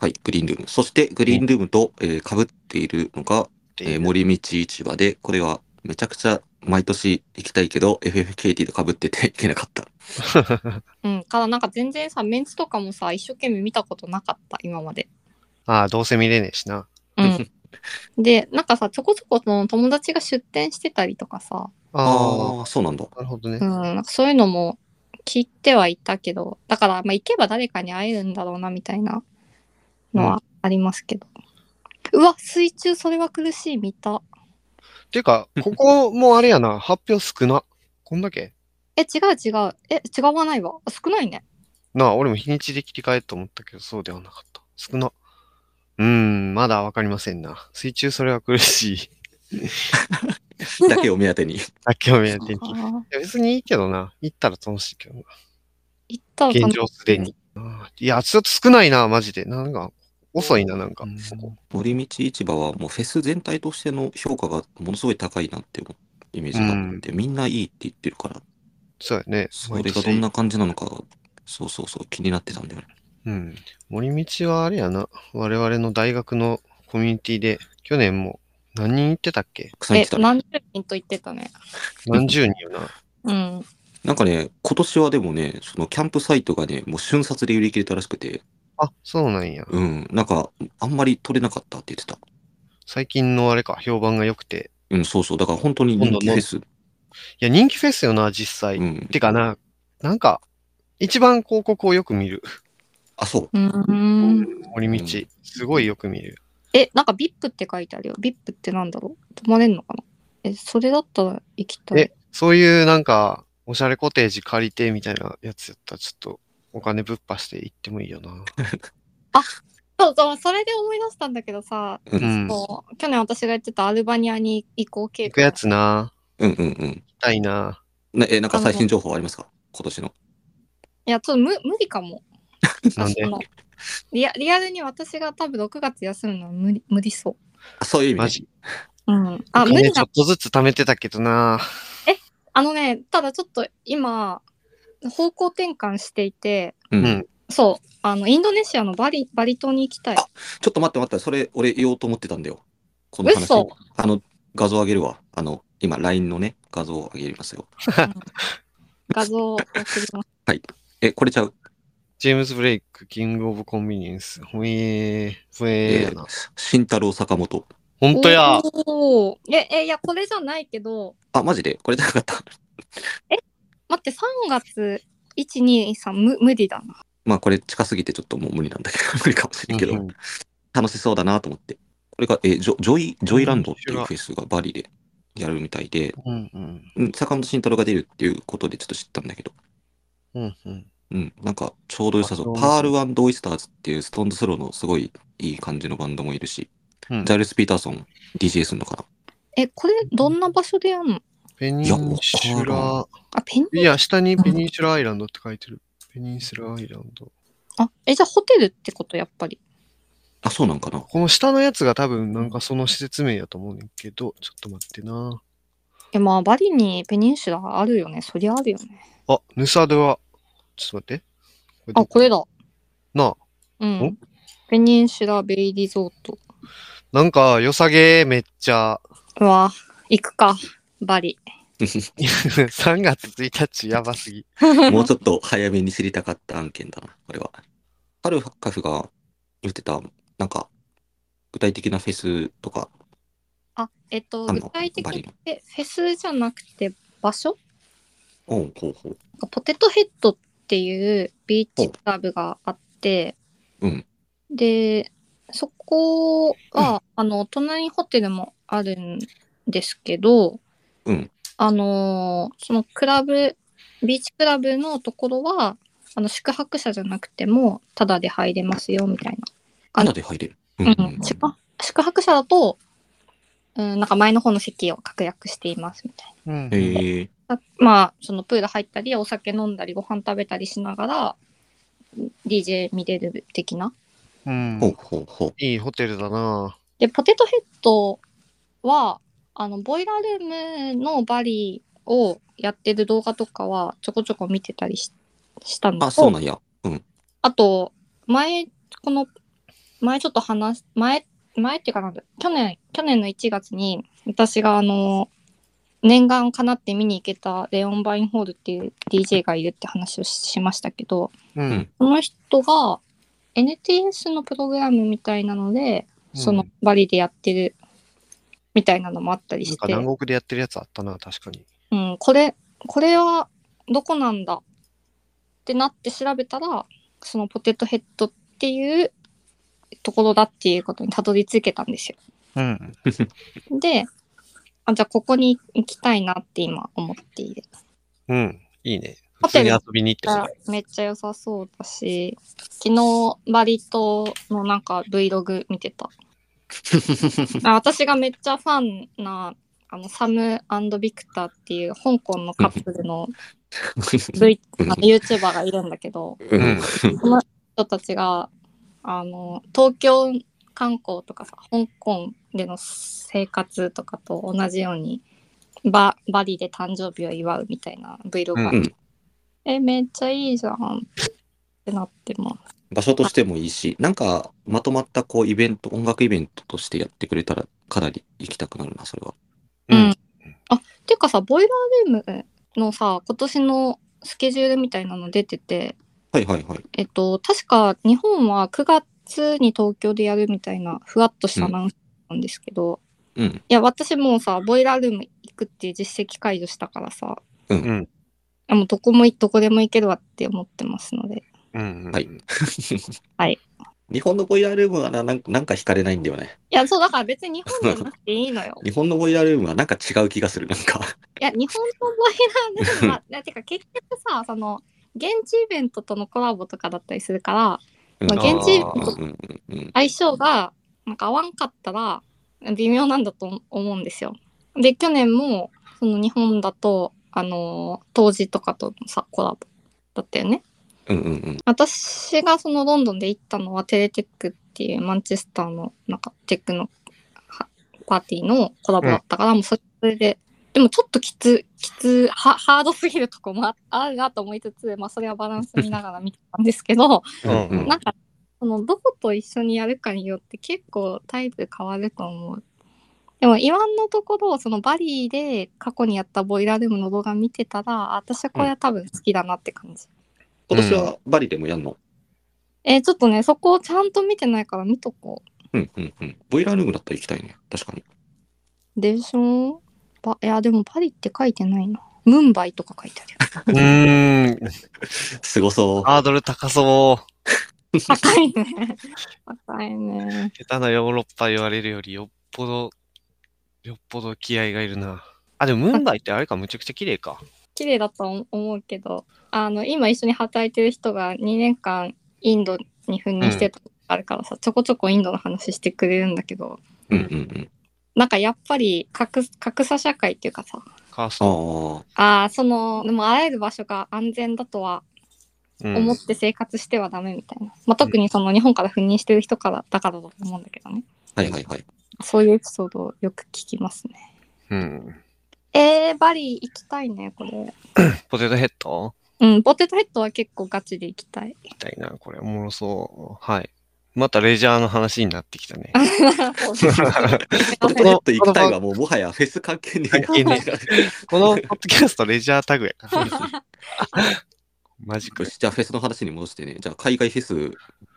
はい、グリーンルーム。そして、グリーンルームと、えー被っているのが、えー森道市場で、これはめちゃくちゃ毎年行きたいけど、FFKT と被ってて行けなかった。
うん。からなんか全然さ、メンツとかもさ、一生懸命見たことなかった、今まで。
ああ、どうせ見れねえしな。
うん。で、なんかさ、ちょこちょこその友達が出店してたりとかさ、
あ
ああー、そうなんだ。
あ、なるほどね
うん、。なんかそういうのも聞いてはいたけど、だから、まあ、行けば誰かに会えるんだろうな、みたいなのはありますけど。うわ、水中、それは苦しい、見た。
ていうか、ここもあれやな、発表少な。こんだけ
え、違う違う。え、違わないわ。あ少ないね。
なあ、俺も日にちで切り替えと思ったけど、そうではなかった。少な。うーん、まだわかりませんな。水中それは苦しい。
だけを目当てに。
あ、興味ない天気。い
あー
や別にいいけどな。行ったら楽しいけどな。
行ったら
現状すでに。あーいや、ちょっと少ないな、マジで。なんか、遅いな、なんか。ここ
森道市場はもうフェス全体としての評価がものすごい高いなっていうイメージがあって、みんないいって言ってるから、
そうやね。
それがどんな感じなのか、そうそうそう、気になってたんだよね。
うん。森道はあれやな。我々の大学のコミュニティで、去年も何人行ってたっけ
草に
え
来た、ら。
何十人と言ってたね。
何十人よな。
うん。
なんかね、今年はでもね、そのキャンプサイトがね、もう瞬殺で売り切れたらしくて、
あ、そうなんや。
うん、なんか、あんまり取れなかったって言ってた。
最近のあれか、評判が良くて。
うん、そうそう。だから本当に人気フェス。
いや、人気フェスよな、実際。
うん。
てかな、なんか、一番広告をよく見る。
あ、そう。
うーん。
森道。すごいよく見る。
え、なんか VIP って書いてあるよ。VIP ってなんだろう泊まれんのかなえ、それだったら行きたい
え。、そういうなんか、おしゃれコテージ借りてみたいなやつやったら、ちょっとお金ぶっぱして行ってもいいよな。
そうそう、それで思い出したんだけどさ、
う、
うんん。行
そう去年私が言ってたアルバニアに移行計画。
くやつな。
うん、うん、うん。
行きたいな。
なえ、なんか最新情報ありますか今年の。
いや、ちょっと無無理かも。
なんで
そのリアリアルに私が多分6月休むのは無理無理そ
あそういう意味ね
マジ。
う。うん。あ、
お
無
金
理
ちょ
な
っ。とずつ貯めてたけどな。
あのね、ただちょっと今、方向転換していて、
うん。
うん
そう、あの、インドネシアのバリ、バリ島に行きたい。
ちょっと待って待って、それ俺言おうと思ってたんだよ。この話。
嘘
あの、画像あげるわ。あの、今 LINE のね、画像をあげますよ。
画像を送ります。
え、これちゃう。
ジェームズ・ブレイク、キング・オブ・コンビニエンス。ほえー、ほえー
え
や
ー
な。、
慎太郎坂本。
ほんとや。
おーえ、え、いや、これじゃないけど、
あ、マジでこれじゃなかった。
待って、3月、1、2、3、無無理だな。
まあこれ近すぎてちょっともう無理なんだけど、 無理かもしれんけど、
うんうん
楽しそうだなと思って。これが、えージョ、ジョイ、ジョイランドっていうフェスがバリでやるみたいで、
うんうん。
うん、坂本慎太郎が出るっていうことでちょっと知ったんだけど、
うんうん。
うん、なんかちょうど良さそう。
あそう
パールオイスターズっていうストーンズスローのすごいいい感じのバンドもいるし、
うん
ジャイルス・ピーターソン DJ するのか
え、これ、どんな場所でやんの
ペニンシュ
いやわ
ラ。
あ、ペン
いや、下にペニンシュラアイランドって書いてる。ペニンシュラアイランド。
あ、え、じゃあホテルってこと、やっぱり。
なあ、そうなんか な
この下のやつが多分なんかその施設名やと思うねんけど、ちょっと待ってな。
え、まあ、バリにペニンシュラあるよね。そりゃあるよね。
あ、ヌサドア。ちょっと待って。
あ、これ
だ。
だ。
なあ、
うん。ペニンシュラベイリゾート。
なんか良さげーめっちゃ。
うわ、行くか、バリ。
3月1日やばすぎ。
もうちょっと早めに知りたかった案件だな、これは。ハルカフが言ってた、なんか、具体的なフェスとか、
あ、えっと、
あの
具体的
バリ
に
の
えフェスじゃなくて場所
おうほうほう。
ポテトヘッドっていうビーチクラブがあって、
うん
で、そこは、あの、隣にホテルもあるんですけど、
うん
あのーそのクラブ、ビーチクラブのところは、あの宿泊者じゃなくても、タダで入れますよ、みたいな。
あなで入れる。う
うん、宿泊宿泊者だと、うん、なんか前の方の席を確約していますみたい
うん。
へえ
な。まあ、そのプール入ったり、お酒飲んだり、ご飯食べたりしながら、DJ 見れる的な。
うん
ほうほうほう。
いいホテルだな。
で、ポテトヘッドは、あの、ボイラールームのバリをやってる動画とかは、ちょこちょこ見てたりししたのと
あ、そうなんや。
あと、前、この、前ちょっと話す、前、前っていうかなんだ、去年、去年の1月に、私があの、念願かなって見に行けたレオン・バインホールっていう DJ がいるって話をししましたけど、
う
うんん。
この人が NTS のプログラムみたいなので、その
うん
バリでやってるみたいなのもあったり
なん
し
か
て、
南国でやってるやつあったな、確かに。
うん、これ、これはどこなんだってなって調べたら、そのポテトヘッドっていうところだっていうことにたどり着けたんです
うん。
よ。で、あじゃあここに行きたいなって今思っている。
うん。いいね。
ホ
普通
テ
に
ル
遊びに行って
が
こ
めっちゃ良さそうだし、昨日バリ島のなんか Vlog 見て た。あ私がめっちゃファンなあのサムビクターっていう香港のカップルの V あの YouTuber がいるんだけど、
うん
うん
人たちがあの東京観光とかさ香港での生活とかと同じようにババリで誕生日を祝うみたいな Vlog が、
うん
うん
えめっちゃいいじゃんってなっても
場所としてもいいし、なんかまとまったこうイベント、音楽イベントとしてやってくれたらかなり行きたくなるな、それは。
うん
ていうかさボイラールームのさ、今年のスケジュールみたいなの出てて、
はいはいはい。
えっと、確か日本は9月に東京でやるみたいな、ふわっとしたアナウンスなんですけど、
うん。
いや、私もうさ、ボイラールーム行くっていう実績解除したからさ、
うん
うん
あもうどこもいどこでも行けるわって思ってますので。
うんうん。
はい。
はい。
日本のボイラールームはななんかなんか惹かれないんだよね。
いや、そう、だから別に日本じゃなくていいのよ。
日本のボイラールームはなんか違う気がする。なんか、
いや、日本のボイラールームは、 いやてか結局さ、その、現地イベントとのコラボとかだったりするから、
うん。
まあ現地
あーうんうんうん。
相性がなんか合わんかったら微妙なんだと思うんですよ。で去年もその日本だとあの当時とかとのさコラボだったよね。
うんうんうん。
私がそのロンドンで行ったのはテレテックっていうマンチェスターのなんかテックのはパーティーのコラボだったから、もうそれで。でもちょっときつ、きつ、はハードすぎるとこもああるなと思いつつ、まあそれはバランス見ながら見てたんですけど、
うん
うん
なんか、その、どこと一緒にやるかによって結構タイプ変わると思う。でも、言わんのところ、そのバリーで過去にやったボイラールームの動画見てたら、あ私はこれは多分好きだなって感じ。
今年はバリでもやんの
えーちょっとね、そこをちゃんと見てないから見とこ
うんうんうん。ボイラールームだったら行きたいね。確かに。
う。でしょばいや、でもパリって書いてないな。ムンバイとか書いてあるよ。
うーん。
すごそう。
ハードル高そ
高いね。高いね
う。。下手なヨーロッパ言われるよりよっぽど、よっぽど気合がいるな。あ、でもムンバイってあれか、むちゃくちゃ綺麗か。
綺麗だとは思うけどあの今一緒に働いてる人が2年間インドに赴任してたことがあるからさ、ちょこちょこインドの話してくれるんだけど
うんうんうん。
なんかやっぱり格格差社会っていうかさ
カースト。
あ
あーそのでもあらゆる場所が安全だとは
うん
思って生活してはダメみたいな、まあ、特にその日本から赴任してる人からだからだと思うんだけどね
あ。はいはいはい。
そういうエピソードをよく聞きますね
うん。
えー、バリ行きたいねこれ
ポテトヘッド
うんポテトヘッドは結構ガチで行き たい
みたいな、これおもろそう。はい。またレジャーの話になってきた ね。
ポテトヘッド行きたいはもうもはやフェス関係ねえ。
関係ねこのポッドキャストレジャータグやから。 マジ
よ
か。
し、じゃあフェスの話に戻してね。じゃあ海外フェス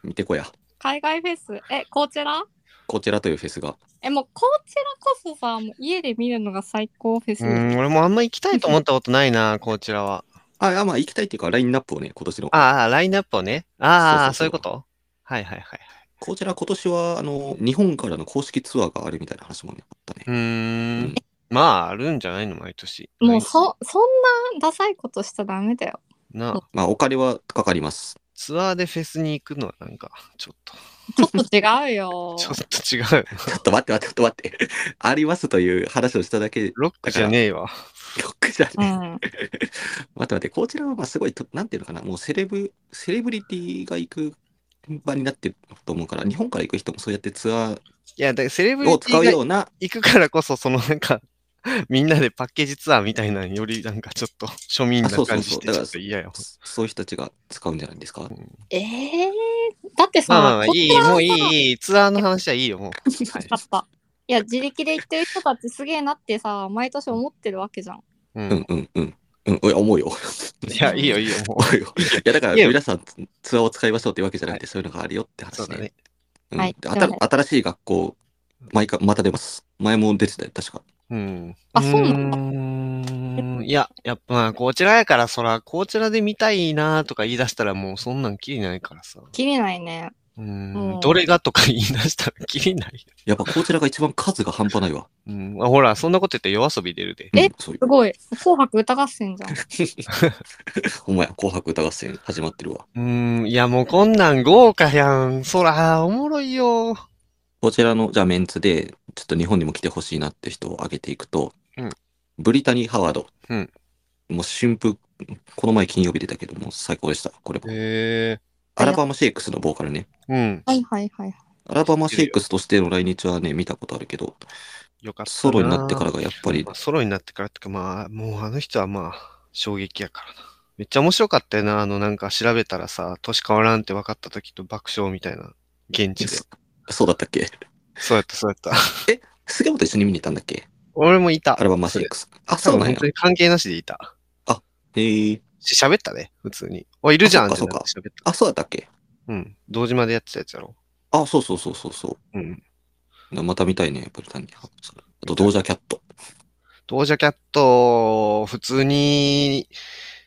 見てこや。
海外フェスえコーチェラ
こちらというフェスが。
えもうコーチェラこそさもう家で見るのが最高フェス、
うん、俺もあんま行きたいと思ったことないな、こちらは。
あ、いやまあ行きたいっていうか、ラインナップをね、今年の。
ああ、ラインナップをね。ああ、そ
そううそうそう
いうことはいはいはい。
こちら今年は、あの、日本からの公式ツアーがあるみたいな話もね、あったね。
うー
うんん。
まあ、あるんじゃないの、毎年。
もうそそんなダサいことしちゃダメだよ
なあ
まあ、お金はかかります。
ツアーでフェスに行くのはなんか、ちょっと、
ちょっと違うよ
ちょっと違う。
ちょっと待って待って、ちょっと待って。 ありますという話をしただけ、
ロックじゃねえわ。
ロックじゃ
う
ね。
ん、
待って待って、こちらはまあすごいと、なんていうのかな、もうセレブ、セレブリティが行く場になってると思うから、日本から行く人もそうやってツア
いや、だからセレブ
ーを
リテ
使う
ィ
よ
が
うな、
行くからこそ、そのなんか、 みんなでパッケージツアーみたいなのよりなんかちょっと庶民な
あそうそうそう
感じして
だ
ち
か
ょ
ら
っと嫌よ。
そういう人たちが使うんじゃないですか。
えー、だってさ、
まあまあまあ、い
こっち
い、
は
もういい、いい、ツアーの話はいいよ、もう。
よかったいや自力で行ってる人たちすげえなってさ毎年思ってるわけじゃん
う
うんん。うんうん。うん、おい思うよ。
いや、いいよ、いいよ、も
思うよ。いや、だから
いや
皆さんツアーを使いましょうってわけじゃなくて、そういうのがあるよって
う。そう
話
だね。。
うん
はい
であた
でも
新しい学校、毎回、また出ます。前も出てたよ、確か。
うん。
あそうな
のいや、やっぱまあ、こちらやから、そら、こちらで見たいなとか言い出したら、もうそんなんきりないからさ。
切れないね
うん
うん。
どれがとか言い出したらきりない。
やっぱこちらが一番数が半端ないわ。
うん。あほら、そんなこと言って夜遊び出るで。
え
うん、そうい
す
う。
ごい紅白歌合戦じゃん
お前、紅白歌合戦始まってるわ。
うん。いや、もうこんなん豪華やん。そら、おもろいよ。
こちらの、じゃあメンツで、ちょっと日本にも来てほしいなって人を挙げていくと、
うん
ブリタニー・ハワード。
うん
もう新婦、この前金曜日出たけど、もう最高でした。これも。
へえ。
アラバマ・シェイクスのボーカルね。
うん。
はいはいはい
アラバマ・シェイクスとしての来日はね、見たことあるけど、
よかった。
ソロになってから。がやっぱり
まあ、ソロになってからってか、まあ、もうあの人はまあ、衝撃やからな。めっちゃ面白かったよな。あの、なんか調べたらさ、年変わらんって分かった時と爆笑みたいな、現地で
そ。そうだったっけ
そうやった、そうやった。
杉本一緒に見に行ったんだっけ
俺もいた
ア。ラバマ・シェイクス。あ、そうなん
本
や
当。に関係なしでいた。
あ、へえ。
し喋ったね、普通に。おい、いるじゃん
あ
って
そ
な
っ
っ
か
て
そ
喋った。
あ、そうだったっけ
うん。堂島でやってたやつやろ。
あ、そうそうそうそうそ
うん。
う。また見たいね、ブルタニア。あと、ドージャキャット。
ドージャキャット、普通に、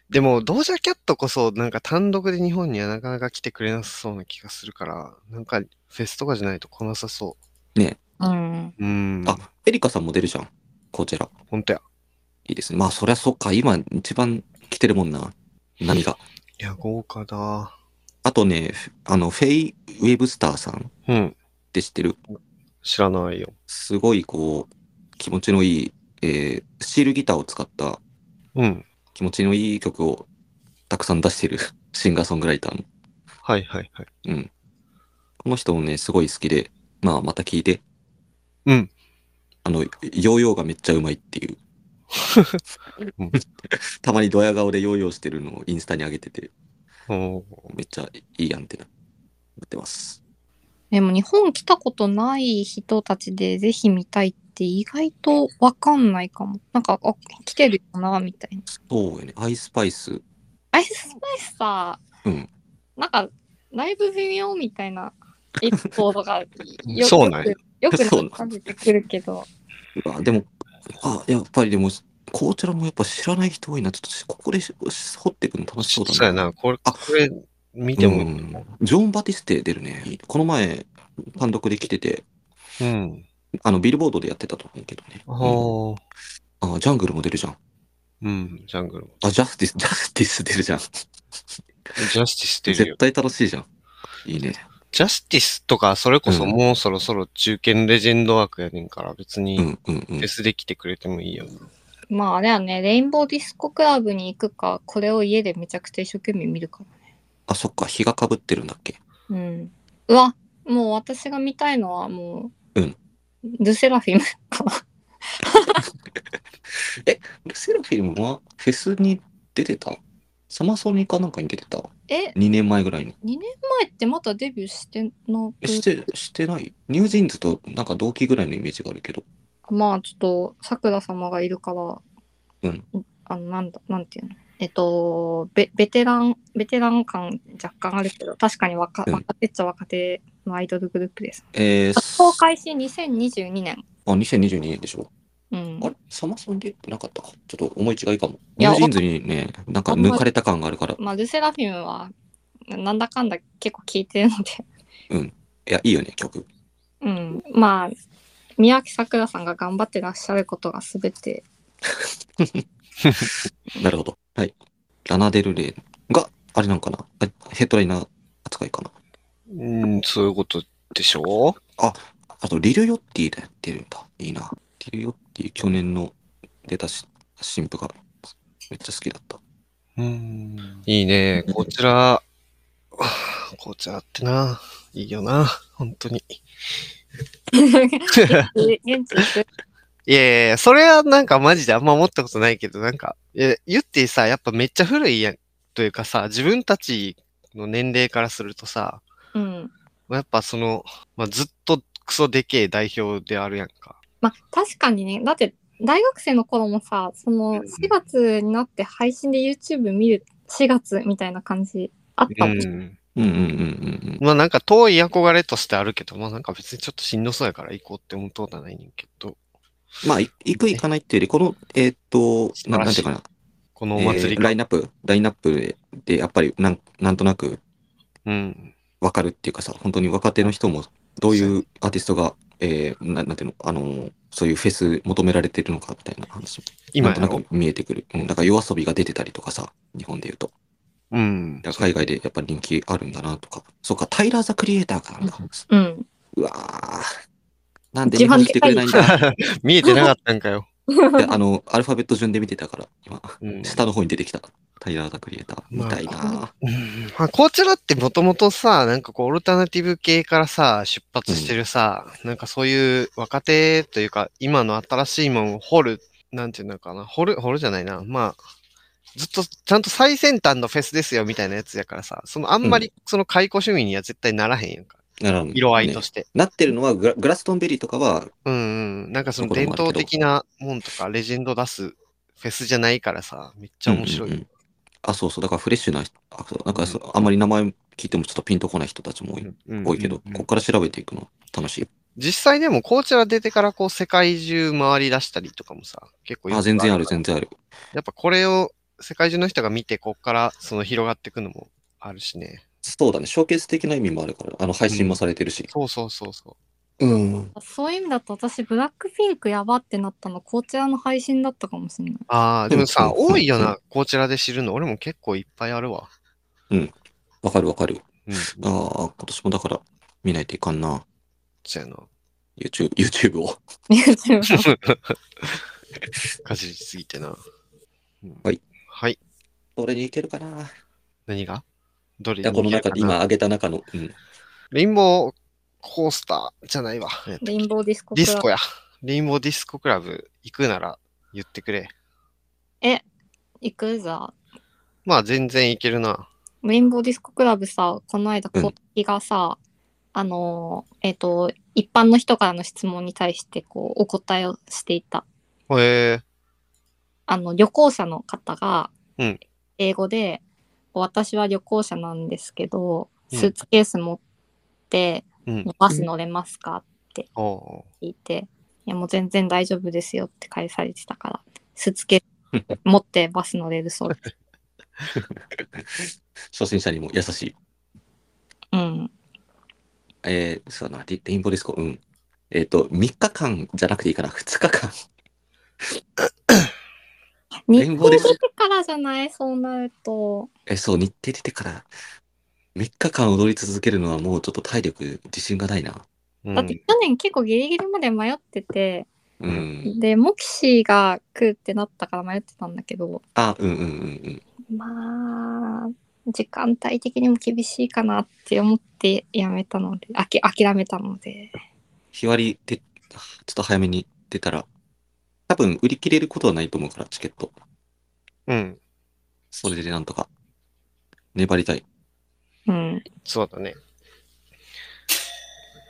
でも、ドージャキャットこそ、なんか単独で日本にはなかなか来てくれなさそうな気がするから、なんか、フェスとかじゃないと来なさそ
うん。
う。うん。
あ、エリカさんも出るじゃん。こちら。
ほんとや。
いいですね。まあ、そりゃそっか。今、一番来てるもんな。波が。
いや、豪華だ。
あとね、フあの、フェイ・ウェブスターさんっ
うん。
て知ってる
知らないよ。
すごい、こう、気持ちのいい、えースチールギターを使った
うん。
気持ちのいい曲をたくさん出してる シンガーソングライターの。
はいはいはい。
うん。この人もね、すごい好きで、まあ、また聴いて、
うん。
あの、ヨーヨーがめっちゃうまいっていう
うん。
たまにドヤ顔でヨーヨーしてるのをインスタに上げてて、
おー
めっちゃいいやんってなってます。
でも日本来たことない人たちでぜひ見たいって意外とわかんないかも。なんか、あ、来てるよな、みたいな。
そうよね。アイスパイス。
アイススパイスさ、
うん
なんか、ライブ微妙みたいなエピソードがよ
そうなんや
よく
そうなん
感じてくるけど。
うわでも、あ、やっぱりでも、こちらもやっぱ知らない人多いな。ちょっとしここでし掘っていくの楽しそうだ
そうやな。これ、
あ
これ、見てもいい
うんジョン・バティステ出るね。この前、単独で来てて、
うん。
あの、ビルボードでやってたと思うけどね。
おー
あ、ジャングルも出るじゃん。
うん。ジャングルも。
あ、ジャスティス、ジャスティス出るじゃん。
ジャスティス出るよ
絶。対楽しいじゃん。いいね。
ジャスティスとか、それこそ
うん
もうそろそろ中堅レジェンド枠やねんから、別
う
に
んうんう
フ
ん
ェ。スで来てくれてもいいよ。
まああれはね、レインボーディスコクラブに行くか、これを家でめちゃくちゃ一生懸命見るか
あ、そっか、日がかぶってるんだっけ。
ら。うん。うわ、もう私が見たいのはもう、
うん
ルセラフィムかな。
ルセラフィムはフェスに出てたサマソニかなんかに出てた
え、
?2 年前ぐらいの。
2年前ってまだデビューしてな
えし
く
て、してないニュージーンズとなんか同期ぐらいのイメージがあるけど。
まあちょっと、さくら様がいるから、
うん
あの、なんだ、なんていうの。えっと、ベベテラン、ベテラン感若干あるけど、確かに若,、
うん
若手っちゃ若手のアイドルグループです。
えー、
活動開始2022年。
あ、2022年でしょ。
うん
あ。れサマソニ出てなかったか。ちょっと思い違いかも。
い
ニ
や
ュージーンズにね、なんか抜かれた感があるから。
まあ、ルセラフィムは、なんだかんだ結構聴いてるの で、
いや、いいよね、曲。
うん。まあ、宮脇さくらさんが頑張ってらっしゃることが全て、
なるほど。はい。ラナデルレイが、あれなんかなあヘッドライナー扱いかな。
うん、そういうことでしょ
あと、リル・ヨッティでやってるんだ。いいな。リル・ヨッティ、去年の出たし新婦がめっちゃ好きだった。
うん。いいね。こちら、 こちらってな、いいよな、本当に。
え現地行く
いやいやいや、それはなんかマジであんま思ったことないけど、なんか、いや言ってさ、やっぱめっちゃ古いやん。というかさ、自分たちの年齢からするとさ、
うん。
やっぱその、まあ、ずっとクソでけえ代表であるやんか。
まあ、確かにね、だって、大学生の頃もさ、その、4月になって配信で YouTube 見る4月みたいな感じあったもん。
ん。
うんうんうんうんうん。
まあなんか遠い憧れとしてあるけど、まあなんか別にちょっとしんどそうやから行こうって思うとはないねんけど、
まあ、い行く行かないっていうより、この、えーっと、
素晴
な
ら
なん
してい
いうかな、
このお祭
えー
りが。
ラインナップ、ラインナップで、やっぱりなん、なんとなく
うん。
わかるっていうかさ、本当に若手の人も、どういうアーティストが、えー、ななんていうの、あのー、そういうフェス求められてるのかみたいな話も、
今
なん
や
とな
ろ
く。見えてくる。うん、だから夜遊びが出てたりとかさ、日本で言うと。
うん
だ。から海外でやっぱり人気あるんだなとか。そうか、タイラー・ザ・クリエイターかなんだ。
うん。
うわーなんで日本してくれないんだっ
見えてなかったんかよ。
て、 あの、アルファベット順で見てたから、今。
うん。
下の方に出てきた。タイラー・ザ・クリエイター。みたいな。
うんまあ、こちらってもともとさ、なんかこう、オルタナティブ系からさ、出発してるさ、なんかそういう若手というか、今の新しいもんを掘る、なんていうのかな、掘る、掘るじゃないな、まあ、ずっとちゃんと最先端のフェスですよみたいなやつやからさ、そのあんまりその解雇趣味には絶対ならへんやんか。
ならん
色合い
ね
として。
なってるのはグラグラストンベリーとかは、
うんうん。なんかその伝統的なもんとか、レジェンド出すフェスじゃないからさ、めっちゃ面白い。
うんうんうんあ、そうそう、だからフレッシュな人、あそうなん
う
か
ん
そあんまり名前聞いてもちょっとピンとこない人たちも多い,、
うん
多いけど、
うんうん
こっから調べていくの楽しい。
実際でも、コーチェラ出てからこう、世界中回り出したりとかもさ、結構よく
あ、全然あ
る。
る、全然ある。
やっぱこれを世界中の人が見て、こっからその広がっていくのもあるしね。
そうだね、ショーケース的な意味もあるから、あの配信もされてるし。
そうそうそうそ。。
うん。
そういう意味だと私、ブラックピンクやばってなったの、こちらの配信だったかもしれないう
ああ、でもさ、
うん
多いよ
う
な、コーチェラで知るの。俺も結構いっぱいあるわ。
わかるわかる。
うん。
ああ、今年もだから見ないといかんな。
そうやな。
YouTube, YouTube を。
YouTube
かじりすぎてな。うん
はい。
はい。
それにいけるかな。
何がどれ
いや、この中で今。挙げた中の、うん。
レインボーコースターじゃないわ。えっと
レインボーディスコク
ディ
ラ
ス
ブ
コや。レインボーディスコクラブ行くなら言ってくれ。
え、行くぞ。
まあ全然いけるな。
レインボーディスコクラブさ、この間、
うん
コーがさ、あのー、えっ、と、一般の人からの質問に対して、こう、お答えをしていた。
へえ。
あの、旅行者の方が
うん、
英語で、私は旅行者なんですけど、
うん
スーツケース持って、
うん。
バス乗れますか
おお
聞いて、いやもう全然大丈夫ですよって返されてた から、スーツケース持ってバス乗れるそうです。
初心者にも優しい。
うん。
えー、そうだな、レレインボーディスコ、うん。えっ、と、3日間じゃなくていいかな、2日間。レイ
日
ンボー
本
です
出てからじゃないそうなると。
え、そう、日程出てから3日間踊り続けるのはもうちょっと体力、自信がないな。
う
だって
ん。
去年結構ギリギリまで迷ってて、
うん。
で、モキシーが来るってなったから迷ってたんだけど、
あ、うんうんうんうん。
まあ、時間帯的にも厳しいかなって思ってやめたので、あき諦めたので。
日割りで、ちょっと早めに出たら、多分売り切れることはないと思うから、チケット。
うん。
それでなんとか。粘りたい。
うん。
そうだね。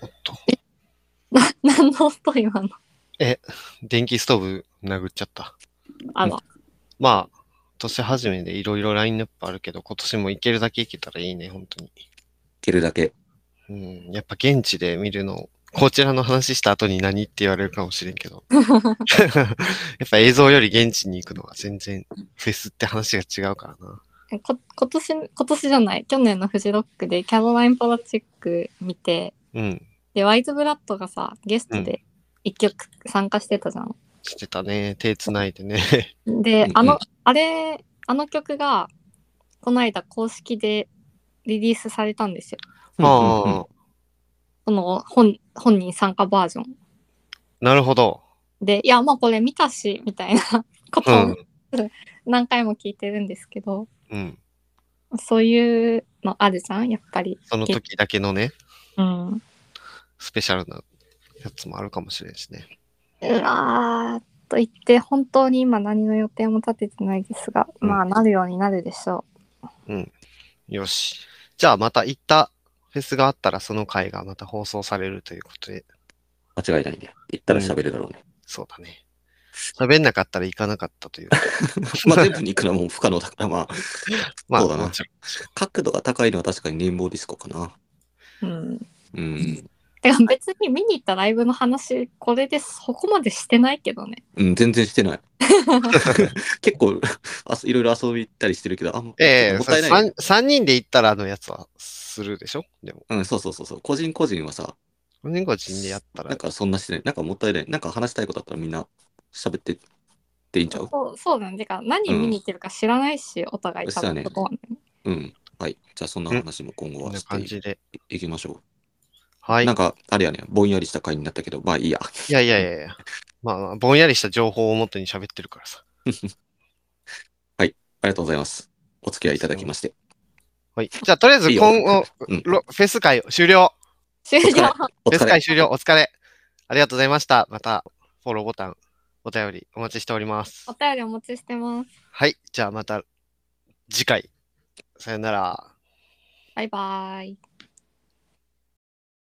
おっと。
な、何の音今の。
電気ストーブ殴っちゃった。
あら。
まあ、年始めでいろいろラインナップあるけど、今年も行けるだけ行けたらいいね、本当に。
蹴るだけ。
うん、やっぱ現地で見るの、こちらの話した後に何って言われるかもしれん けど。 やっぱ映像より現地に行くのは全然、フェスって話が違うからな。
こ今年、今年じゃない、去年のフジロックでキャロライン・パラチック見て、
うん、
で、ワイズ・ブラッドがさ、ゲストで一曲参加してたじゃん。
してたね。手繋いでね。
うん
で
うん、
あの、あれ、あの曲が、この間公式でリリースされたんですよ。
うんうんうん
ああ、
その本、本人参加バージョン。
なるほど。
で、いや、まあこれ見たし、みたいな
う
ことを
ん、
何回も聞いてるんですけど、
うん。
そういうのあるじゃん、やっぱり。
その時だけのね、
うん。
スペシャルなやつもあるかもしれんしね。
うわーと言って本当に今何の予定も立ててないですが、
うん
まあなるようになるでしょ
よし。じゃあまた行ったフェスがあったらその回がまた放送されるということで、
間違いないね。行ったら喋るだろうね。
そうだね。喋んなかったら行かなかったと いう。
まあ全部に行くのはもう不可能だから、まあ、
まあ、
そうだな
もちろん
角度が高いのは確かにレインボーディスコかな。
う。うん。
うん。
てか別に見に行ったライブの話、これでそこまでしてないけどね。
うん、全然してない。結構、あいろいろ遊び行ったりしてるけど、あん
ええ
もったいない。
3, 人で行ったらのやつはするでしょでも、
うん、そうそうそうそう。個人個人はさ、
5人個人でやった
な
ら
ん、かそんなしてない。なんかもったいない。なんか話したいことあったらみんな喋ってっていいんちゃう
そうそうなんでか、何見に行ってるか知らないし、お互い多
そうだ
分
ね
そこはね。
うん。はい。じゃあそんな話も今後
こん
は
な
して
感
い
じで。
いきましょう。
はい。
なん
い
か、あれやね、ぼんやりした回になったけど、まあいいや。
やいやいやいや。まあまあ、ぼんやりした情報をもとに喋ってるからさ。
ありがとうございます。お付き合いいただきまして。
はい。じゃあ、とりあえず
いいよ
今後、
うん
ロフェス会終了。
終
お 疲れ
了。
お
フェス
疲
会
れ。
終了。お疲れ。ありがとうございました。また、フォローボタン、お便りお待ちしております
お。便りお待ちしてます。
はい。じゃあ、また、次回。さよなら。
バイバイ。